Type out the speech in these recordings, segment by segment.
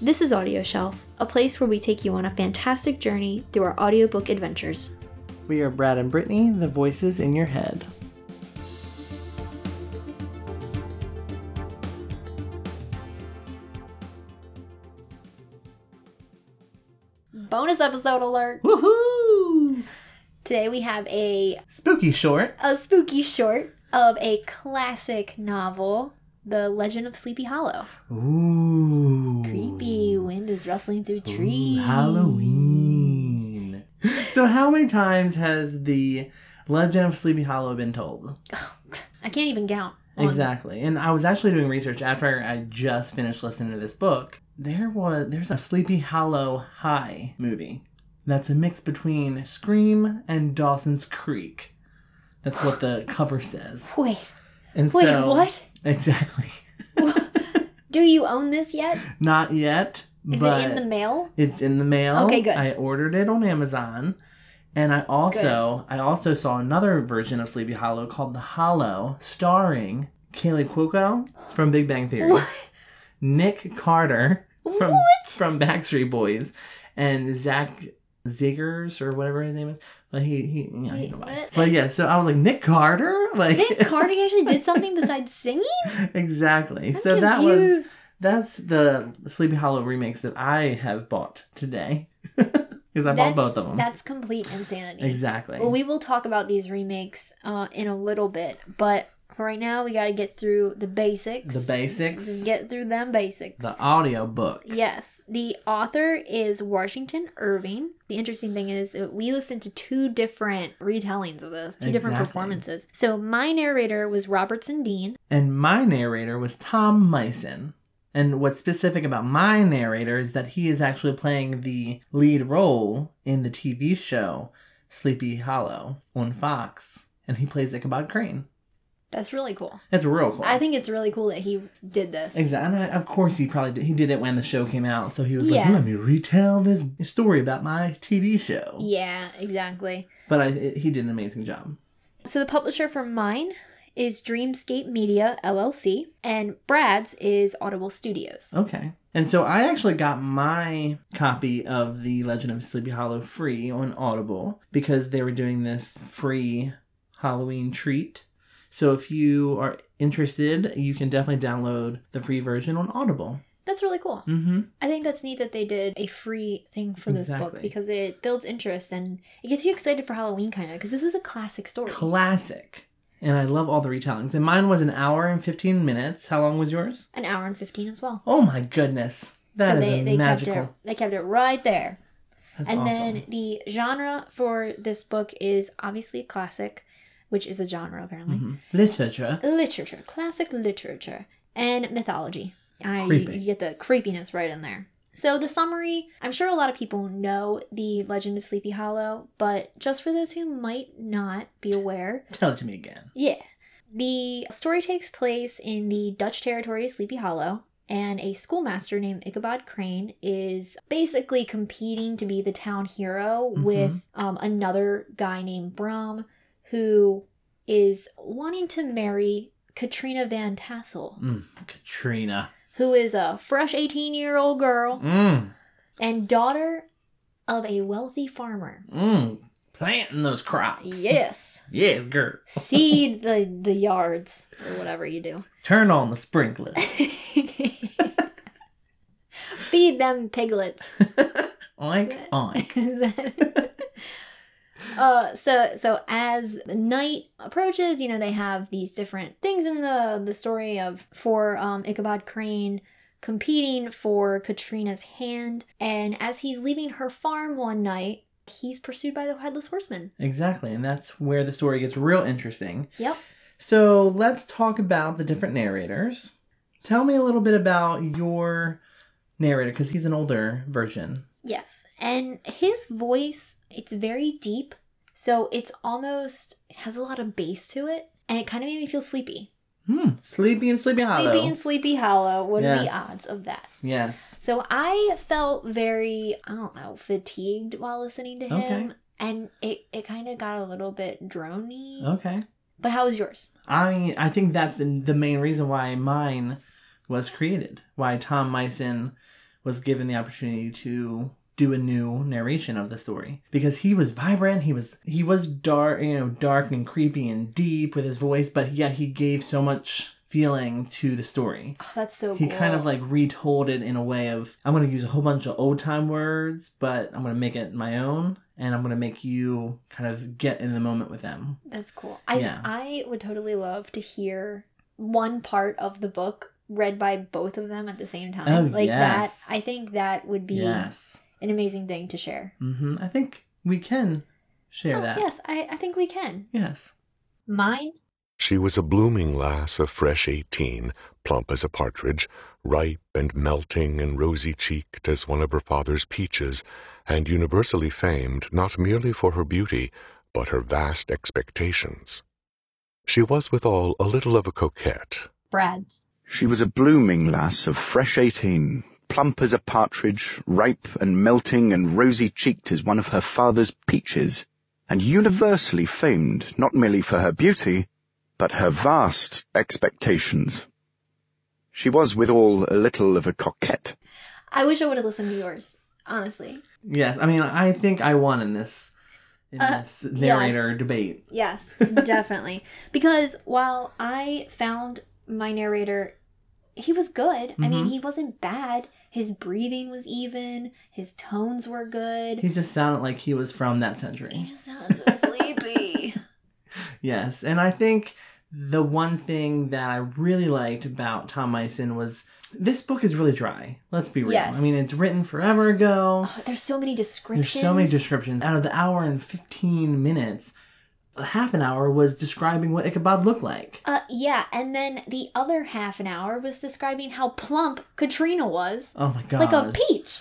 This is Audio Shelf, a place where we take you on a fantastic journey through our audiobook adventures. We are Brad and Brittany, the voices in your head. Bonus episode alert! Woohoo! Today we have a Spooky short. a spooky short of a classic novel, The Legend of Sleepy Hollow. Ooh. Creepy wind is rustling through Ooh, trees. Halloween. so, how many times has the legend of Sleepy Hollow been told? I can't even count. on- Exactly. And I was actually doing research after I just finished listening to this book. There was there's a Sleepy Hollow High movie that's a mix between Scream and Dawson's Creek. That's what the cover says. Wait, And wait, so, what? Exactly. Do you own this yet? Not yet, Is but it in the mail? it's in the mail. Okay, good. I ordered it on Amazon. And I also I also saw another version of Sleepy Hollow called The Hollow, starring Kaylee Cuoco from Big Bang Theory, Nick Carter from from Backstreet Boys, and Zach Ziggers or whatever his name is. But he he you know, he, Wait, nobody. what? But yeah, so I was like Nick Carter, like Nick Carter actually did something besides singing? exactly. I'm so that was confused. that's the Sleepy Hollow remakes that I have bought today. Because I bought That's- both of them. That's complete insanity. Exactly. Well, we will talk about these remakes uh, in a little bit, but for right now, we got to get through the basics. the basics, Get through them basics. the audio book. Yes, the author is Washington Irving. The interesting thing is, uh, we listened to two different retellings of this, two different Exactly. performances. So, my narrator was Robertson Dean. And my narrator was Tom Meissen. And what's specific about my narrator is that he is actually playing the lead role in the TV show Sleepy Hollow on Fox. And he plays Ichabod Crane. That's really cool. That's real cool. I think it's really cool that he did this. Exactly. And I, of course, he probably did. He did it when the show came out, so he was Yeah. like, "Let me retell this story about my TV show." Yeah, exactly. But I, it, he did an amazing job. So the publisher for mine is Dreamscape Media LLC, and Brad's is Audible Studios. Okay. And so I actually got my copy of The Legend of Sleepy Hollow free on Audible because they were doing this free Halloween treat. So if you are interested, you can definitely download the free version on Audible. That's really cool. Mm-hmm. I think that's neat that they did a free thing for this Exactly. book because it builds interest and it gets you excited for Halloween, kind of, because this is a classic story. Classic. And I love all the retellings. And mine was an hour and 15 minutes. How long was yours? An hour and 15 as well. Oh my goodness. that is magical. Kept it, they kept it right there. That's and awesome. then the genre for this book is obviously a classic, which is a genre apparently. Mhm. Literature. literature, classic literature, and mythology. I, creepy. you get the creepiness right in there. So, the summary I'm sure a lot of people know the legend of Sleepy Hollow, but just for those who might not be aware, Tell it to me again. yeah. The story takes place in the Dutch territory of Sleepy Hollow, and a schoolmaster named Ichabod Crane is basically competing to be the town hero Mhm. with um, another guy named Brom, who is wanting to marry Katrina Van Tassel, Mm, Katrina. who is a fresh 18 year old girl Mm, and daughter of a wealthy farmer. mm. Planting those crops. Yes. Yes, girl. Seed the, the yards or whatever you do. Turn on the sprinklers. Feed them piglets. oink, Yeah. oink. uh, so so as night approaches, you know they have these different things in the the story of for um, Ichabod Crane competing for Katrina's hand, and as he's leaving her farm one night, he's pursued by the headless horseman. Exactly. And that's where the story gets real interesting. Yep. So let's talk about the different narrators. Tell me a little bit about your narrator because he's an older version. Yes. And his voice, it's very deep. So it's almost, it has a lot of bass to it. And it kind of made me feel sleepy. Hmm. Sleepy and Sleepy Hollow. Sleepy and Sleepy Hollow. What are the Yes. odds of that? yes. So I felt very, I don't know, fatigued while listening to him. And it, it kind of got a little bit drony. Okay. But how was yours? I I think that's the, the main reason why mine was created. Why Tom Meissen was given the opportunity to do a new narration of the story because he was vibrant he was he was dark you know dark and creepy and deep with his voice but yet he gave so much feeling to the story Oh, that's so he cool. kind of like retold it in a way of i'm going to use a whole bunch of old time words but i'm going to make it my own and i'm going to make you kind of get in the moment with them That's cool. I Yeah. I would totally love to hear one part of the book read by both of them at the same time. Oh, like yes. that I think that would be yes an amazing thing to share. hmm i think we can share Oh, that yes, I, I think we can. yes Mine? She was a blooming lass of fresh eighteen, plump as a partridge, ripe and melting and rosy cheeked as one of her father's peaches, and universally famed not merely for her beauty, but her vast expectations. She was withal a little of a coquette, Brad's. She was a blooming lass of fresh eighteen, plump as a partridge, ripe and melting and rosy-cheeked as one of her father's peaches, and universally famed not merely for her beauty, but her vast expectations. She was withal a little of a coquette, I wish I would have listened to yours, honestly. yes i mean i think i won in this in Uh, this narrator yes. debate Yes, definitely. Because while I found my narrator, he was good. I mean, Mhm. he wasn't bad. His breathing was even, his tones were good. he just sounded like he was from that He century just sounded so sleepy. Yes, and I think the one thing that I really liked about Tom Meissen was this book is really dry. Let's be real. Yes. I mean, it's written forever ago. Oh, there's so many There's descriptions. so many descriptions. Out of the hour and 15 minutes, half an hour was describing what Ichabod looked like. uh, yeah, and then the other half an hour was describing how plump Katrina was, Oh my god. like a peach.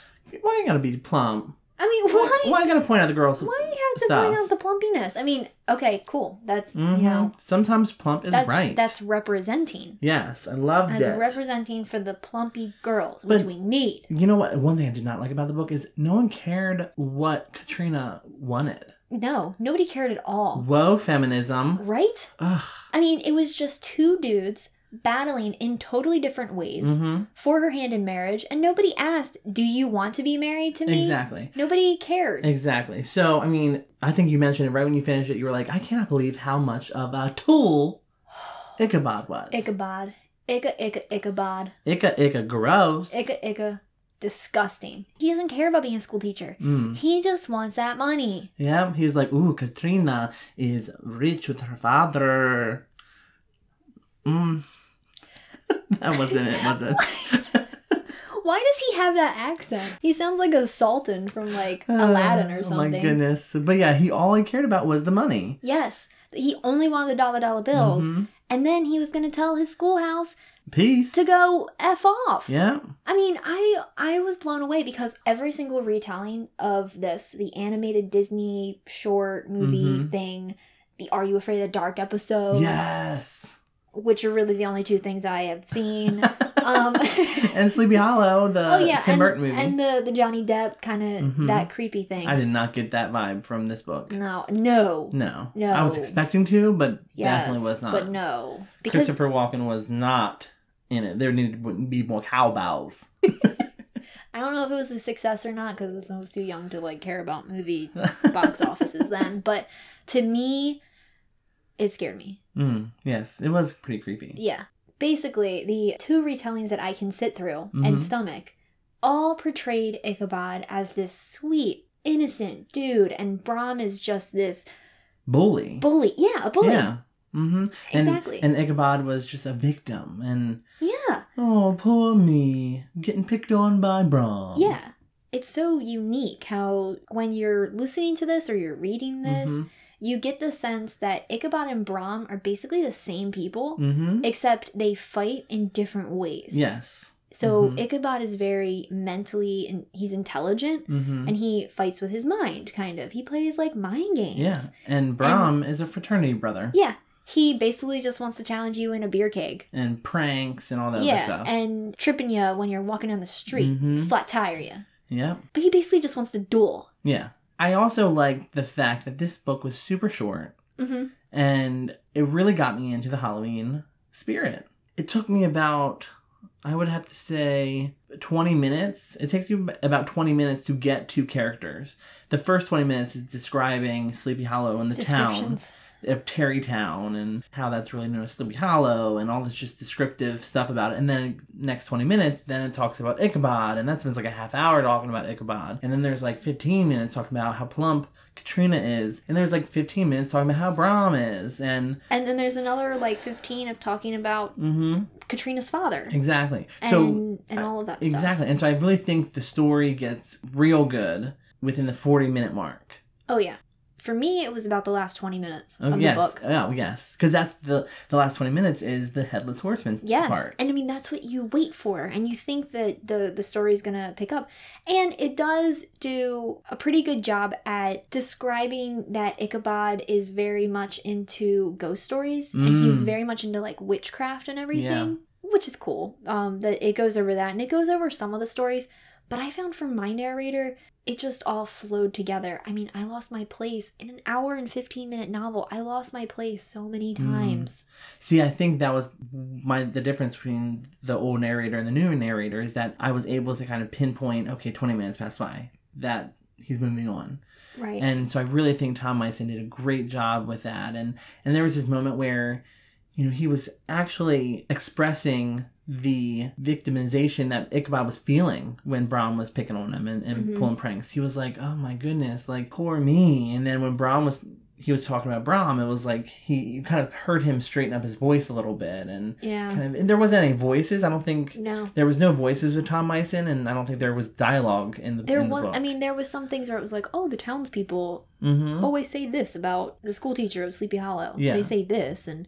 Why you gotta be plump? I mean, Why, why? why you gotta point out the girls? Why do you have to stuff? point out the plumpiness? I mean, okay, cool. That's Mhm. you know, Sometimes plump is that's right. that's representing. Yes, I loved That's it. representing for the plumpy girls, which But- we need. you know what? One thing I did not like about the book is no one cared what Katrina wanted. No, nobody cared at all, Whoa, feminism. right? Ugh. I mean, it was just two dudes battling in totally different ways Mhm. for her hand in marriage, and nobody asked, "Do you want to be married to me?" Exactly. Nobody cared. Exactly. So, I mean, I think you mentioned it right when you finished it. You were like, I cannot believe how much of a tool Ichabod was. Ichabod. Ica Ica Ichabod. Ica, Ica, gross. Ica Ica. Disgusting. He doesn't care about being a school teacher. Mm. He just wants that money. Yeah, he was like, ooh, Katrina is rich with her father. Mm. that wasn't it, was it? Why does he have that accent? He sounds like a sultan from like Aladdin or something. Uh, Oh my goodness. But yeah, he all he cared about was the money. Yes. He only wanted the dollar dollar bills. Mhm. And then he was going to tell his schoolhouse Peace. to go F off. Yeah. I mean, I I was blown away because every single retelling of this, the animated Disney short movie Mhm. thing, the Are You Afraid of the Dark episode, Yes. which are really the only two things I have seen. um, and Sleepy Hollow, the oh yeah, Tim and, Burton movie. and the the Johnny Depp kind of Mhm. that creepy thing. I did not get that vibe from this book. no, no, No. No. I was expecting to, but Yes, definitely was not. But no, because Christopher Walken was not in it. There needed to be more cowbells. I don't know if it was a success or not because I was too young to like care about movie box offices then. But to me, it scared me. Mm, yes, it was pretty creepy. Yeah. Basically, the two retellings that I can sit through Mhm. and stomach all portrayed Ichabod as this sweet, innocent dude, and Brahm is just this Bully. bully. Yeah, a bully. Yeah. Mm-hmm. And, Exactly. And Ichabod was just a victim. And, yeah. oh, poor me. Getting picked on by Brom. yeah. It's so unique how when you're listening to this or you're reading this, Mhm. you get the sense that Ichabod and Brahm are basically the same people, Mhm. except they fight in different ways. Yes. So Mhm. Ichabod is very mentally and he's intelligent Mm-hmm. and he fights with his mind kind of. He plays like mind games. Yeah. And Brom is a fraternity brother. Yeah. He basically just wants to challenge you in a beer keg. And pranks and all that other yeah, stuff. and tripping you when you're walking down the street, Mhm. flat tire you. yeah. But he basically just wants to duel. Yeah. I also like the fact that this book was super short hmm and it really got me into the Halloween spirit. It took me about, I would have to say, 20 minutes. It takes you about 20 minutes to get two characters. The first 20 minutes is describing Sleepy Hollow and the town Descriptions. of Terrytown and how that's really known as Sleepy Hollow and all this just descriptive stuff about it. And then next 20 minutes, then it talks about Ichabod and that spends like a half hour talking about Ichabod. And then there's like 15 minutes talking about how plump Katrina is. And there's like 15 minutes talking about how Brahm is. And And then there's another like 15 of talking about mhm, Katrina's father exactly. so uh, and, and all of that stuff. Exactly. And so I really think the story gets real good within the 40 minute mark. Oh, yeah. For me, it was about the last 20 minutes Oh, of yes. the book. Oh, yes. Because that's the the last 20 minutes is the headless horseman Yes, part. and I mean that's what you wait for, and you think that the the story is gonna pick up, and it does do a pretty good job at describing that Ichabod is very much into ghost stories, and he's Mm. very much into like witchcraft and everything, which is cool. Um, that it goes over that, and it goes over some of the stories, but I found from my narrator. It just all flowed together. I mean, I lost my place in an hour and 15 minute novel. I lost my place so many Mm. times. See, I think that was my the difference between the old narrator and the new narrator is that I was able to kind of pinpoint, okay, 20 minutes passed by. That he's moving on. Right. And so I really think Tom Meissen did a great job with that. And and there was this moment where, you know, he was actually expressing the victimization that Ichabod was feeling when Brahm was picking on him and, and Mhm. pulling pranks. He was like, Oh my goodness, like poor me. And then when Brahm was he was talking about Brahm, it was like he you kind of heard him straighten up his voice a little bit and yeah. kind of and there wasn't any voices. I don't think No. there was no voices with Tom Meissen and I don't think there was dialogue in the There in the was, book. I mean, there was some things where it was like, oh, the townspeople Mhm. always say this about the school teacher of Sleepy Hollow. Yeah. They say this, and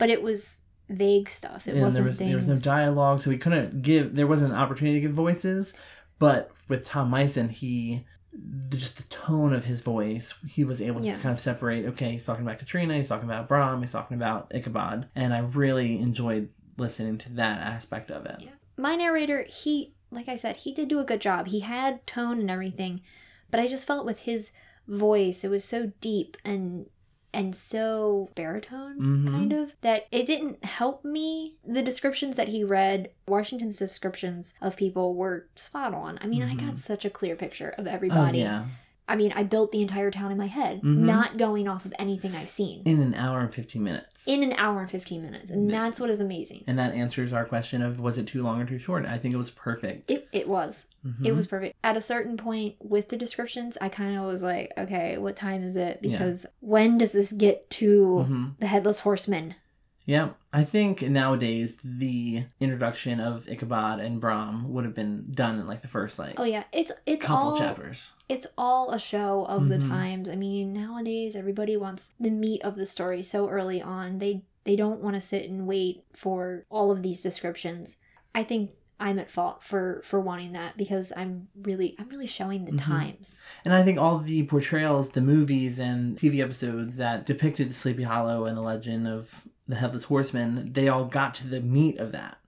but it was vague stuff. It and wasn't there was things. there was no dialogue, so we couldn't give. There wasn't an opportunity to give voices, but with Tom Meissen, he the, just the tone of his voice, he was able to Yeah. just kind of separate. Okay, he's talking about Katrina, he's talking about Brahm, he's talking about Ichabod, and I really enjoyed listening to that aspect of it. Yeah. My narrator, he, like I said, he did do a good job. He had tone and everything, but I just felt with his voice, it was so deep and and so baritone Mhm. kind of that it didn't help me the descriptions that he read washington's descriptions of people were spot on i mean Mhm. i got such a clear picture of Oh everybody yeah, I mean, I built the entire town in my head, Mhm. not going off of anything I've seen in an hour and fifteen minutes. in an hour and 15 minutes. And that's what is amazing. and that answers our question of was it too long or too short? I think it was perfect. It, it was. It Mhm. was perfect. At a certain point with the descriptions, I kind of was like, okay, what time is it? Yeah. Because when does this get to Mhm. the Headless Horseman? Yeah, I think nowadays the introduction of Ichabod and Brahm would have been done in like the first like Oh, yeah. It's, it's couple all. chapters. it's all a show of the Mhm. times. I mean, nowadays everybody wants the meat of the story so early on. They they don't want to sit and wait for all of these descriptions. I think I'm at fault for for wanting that because I'm really I'm really showing the Mhm. times. And I think all the portrayals, the movies and TV episodes that depicted Sleepy Hollow and the legend of the Headless Horseman, they all got to the meat of that.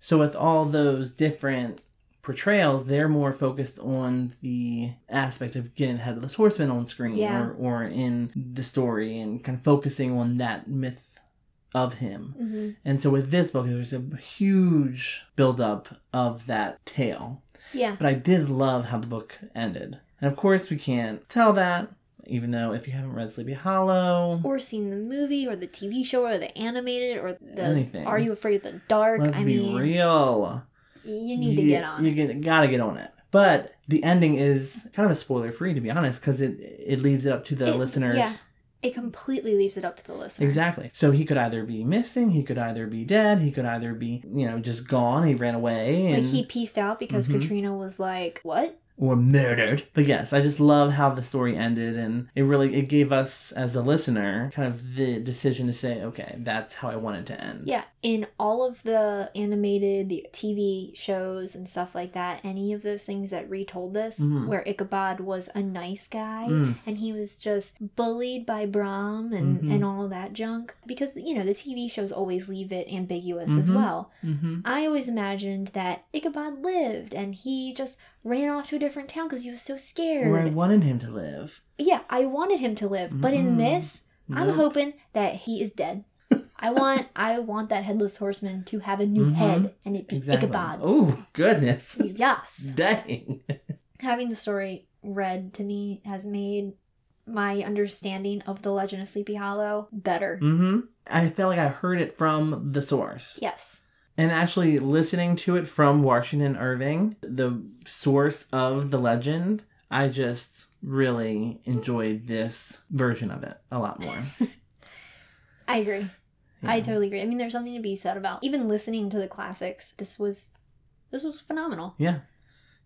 So with all those different portrayals, they're more focused on the aspect of getting the Headless Horseman on screen Yeah. or, or in the story and kind of focusing on that myth of him. Mm-hmm. And so with this book, there's a huge buildup of that tale. Yeah. But I did love how the book ended. And of course, we can't tell that, even though if you haven't read Sleepy Hollow, Or seen the movie or the TV show or the animated or the Anything. Are You Afraid of the Dark? let's I be mean, real. you need to get on You it. get, gotta get on it. But the ending is kind of a spoiler free, to be honest, because it it leaves it up to the It- listeners. yeah. It completely leaves it up to the listener. Exactly. So he could either be missing, he could either be dead, he could either be, you know, just gone, he ran away. Like And... he pieced out because Mhm. Katrina was like, "What? or murdered. But yes, I just love how the story ended and it really it gave us as a listener kind of the decision to say, okay, that's how I want it to end. Yeah, in all of the animated, the TV shows and stuff like that, any of those things that retold this, Mhm. where Ichabod was a nice guy Mm. and he was just bullied by Brahm and, Mhm. and all that junk, because, you know, the TV shows always leave it ambiguous as Mhm. well. Mm-hmm. I always imagined that Ichabod lived and he just ran off to a different town because he was so scared. Where I wanted him to live. Yeah, I wanted him to live, but in Mm. this, I'm Nope. hoping that he is dead. I want I want that headless horseman to have a new Mhm. head and it be Exactly. Ichabod. Oh, goodness. Yes. Dang. Having the story read to me has made my understanding of the Legend of Sleepy Hollow better. hmm I feel like I heard it from the source. Yes. And actually listening to it from Washington Irving, the source of the legend, I just really enjoyed this version of it a lot more. I agree. I Yeah. totally agree. I mean there's something to be said about even listening to the classics. This was this was phenomenal. Yeah.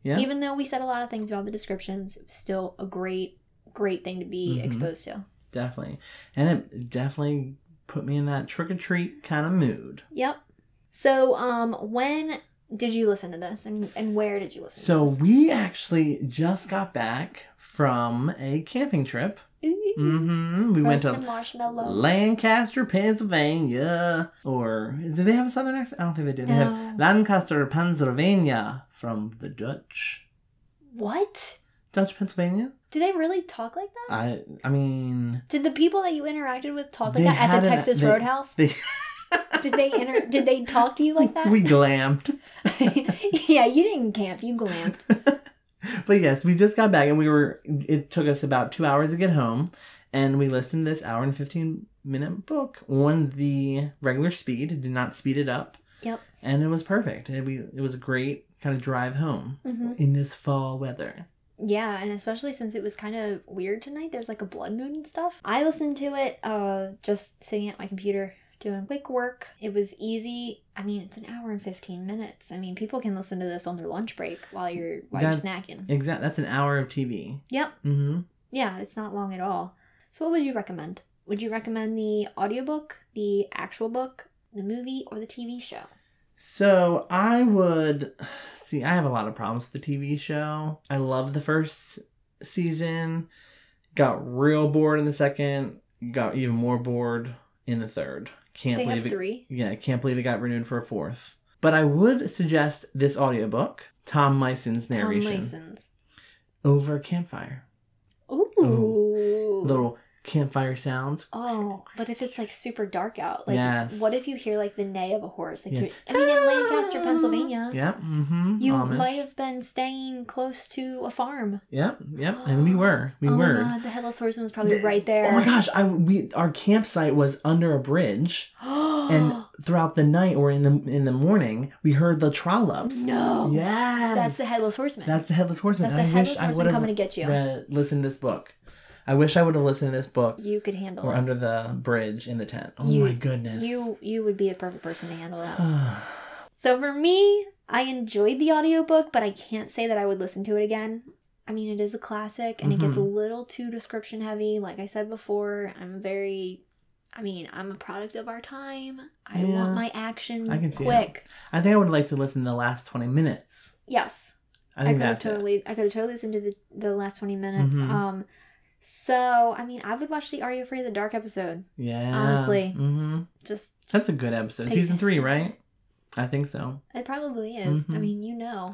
Yeah. Even though we said a lot of things about the descriptions, it was still a great great thing to be Mhm. exposed to. Definitely. And it definitely put me in that trick or treat kind of mood. Yep. So, um, when did you listen to this, and and where did you listen? So to we actually just got back from a camping trip. this? hmm We went Roasted to Mm-hmm. marshmallow. Lancaster, Pennsylvania. Or do they have a southern accent? I don't think they do. They No. have Lancaster, Pennsylvania from the Dutch. what? Dutch Pennsylvania? Do they really talk like that? I I mean Did the people that you interacted with talk like They that at had the an- Texas they- Roadhouse? they did they inter- Did they talk to you like that? we glamped. yeah, you didn't camp. You glamped. But yes, we just got back and we were, it took us about two hours to get home. And we listened to this hour and 15 minute book on the regular speed, did not speed it up. Yep. And it was perfect. And we, it was a great kind of drive home hmm in this fall weather. Yeah, and especially since it was kind of weird tonight, there's like a blood moon and stuff. I listened to it uh just sitting at my computer doing quick work. It was easy. I mean, it's an hour and 15 minutes. I mean, people can listen to this on their lunch break while you're while you're snacking. Exactly. That's an hour of TV. Yep. hmm Yeah, it's not long at all. So what would you recommend? Would you recommend the audiobook, the actual book, the movie, or the TV show? So I would see. I have a lot of problems with the TV show. I love the first season. Got real bored in the second. Got even more bored in the third. Can't they have believe it. three. Yeah, I can't believe it got renewed for a fourth. But I would suggest this audiobook, Tom Myson's narration, Tom Mason's. over a campfire. Ooh. Little campfire sounds. Oh, but if it's like super dark out, like Yes. what if you hear like the neigh of a horse? Like Yes. Ah! you're, I mean, in Lancaster, Pennsylvania, Yeah. Mm-hmm. Uh-huh. you might have been staying close to a farm. Yep. Yep. And we were. We oh were. my god, the headless horseman was probably right there. Oh my gosh, I we our campsite was under a bridge, and throughout the night or in the in the morning, we heard the trollops. no, yes, that's the headless horseman. That's the headless horseman. That's the I headless wish I horseman would have coming to get you. Read, listened to this book. I wish I would have listened to this book you could handle or it. under the bridge in the tent. Oh You- my goodness. You you would be a perfect person to handle that. so for me, I enjoyed the audiobook, but I can't say that I would listen to it again. I mean, it is a classic and it gets a Mm-hmm. little too description heavy. Like I said before, I'm very I mean, I'm a product of our time. I Yeah. want my action I can see quick. I think I would like to listen to the last twenty minutes. Yes. I I, think could have that's it. totally I could have totally listened to the, the last 20 minutes. Mhm. Um so, I mean, I would watch the Are You Afraid of the Dark episode. Yeah. Honestly. hmm Just, that's a good episode. Take Season this. three, right? I think so. it probably is. I Mhm. mean, you know.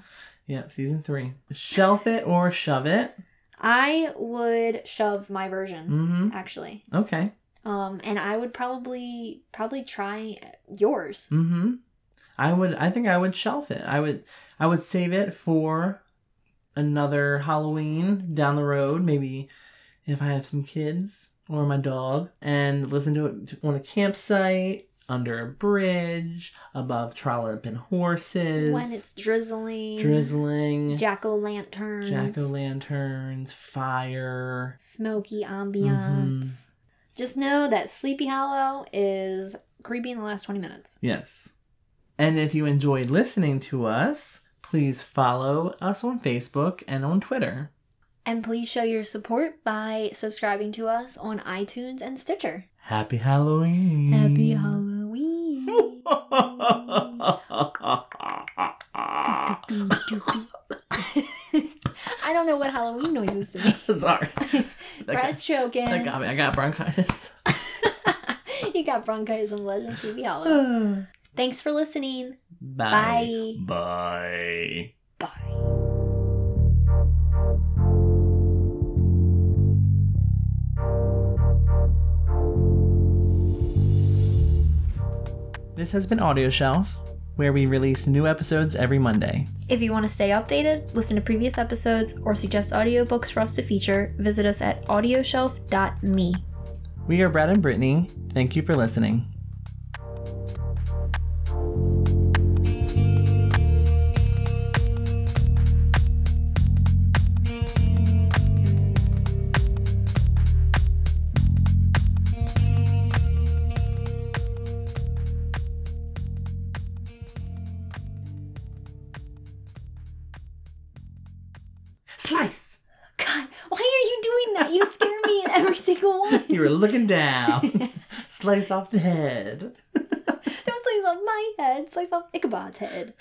Yep, season three. Shelf it or shove it. I would shove my version Mm-hmm. actually, Okay. um, and I would probably probably try yours. Mm-hmm. I would. I think I would shelf it. I would. I would save it for another Halloween down the road. Maybe if I have some kids or my dog, and listen to it on a campsite, under a bridge, above trolloping horses, when it's drizzling, drizzling, jack o' lanterns, jack o' lanterns, fire. smoky ambiance. Just know that Sleepy Hollow is creepy in the last twenty minutes. Yes. And if you enjoyed listening to us, please follow us on Facebook and on Twitter. And please show your support by subscribing to us on iTunes and Stitcher. Mm. Happy Halloween. Happy Halloween. I don't know what Halloween noise is to me. Sorry. That got, Brad's choking. that got me. I got bronchitis. you got bronchitis on Legend of TV Hollow. Bye. Thanks for listening. Bye. Bye. Bye. This has been Audio Shelf, where we release new episodes every Monday. If you want to stay updated, listen to previous episodes, or suggest audiobooks for us to feature, visit us at audioshelf.me. We are Brad and Brittany. Thank you for listening. Slice! God, why are you doing that? You scare me in every single one. You were looking down. Slice off the head. Don't slice off my head, slice off Ichabod's head.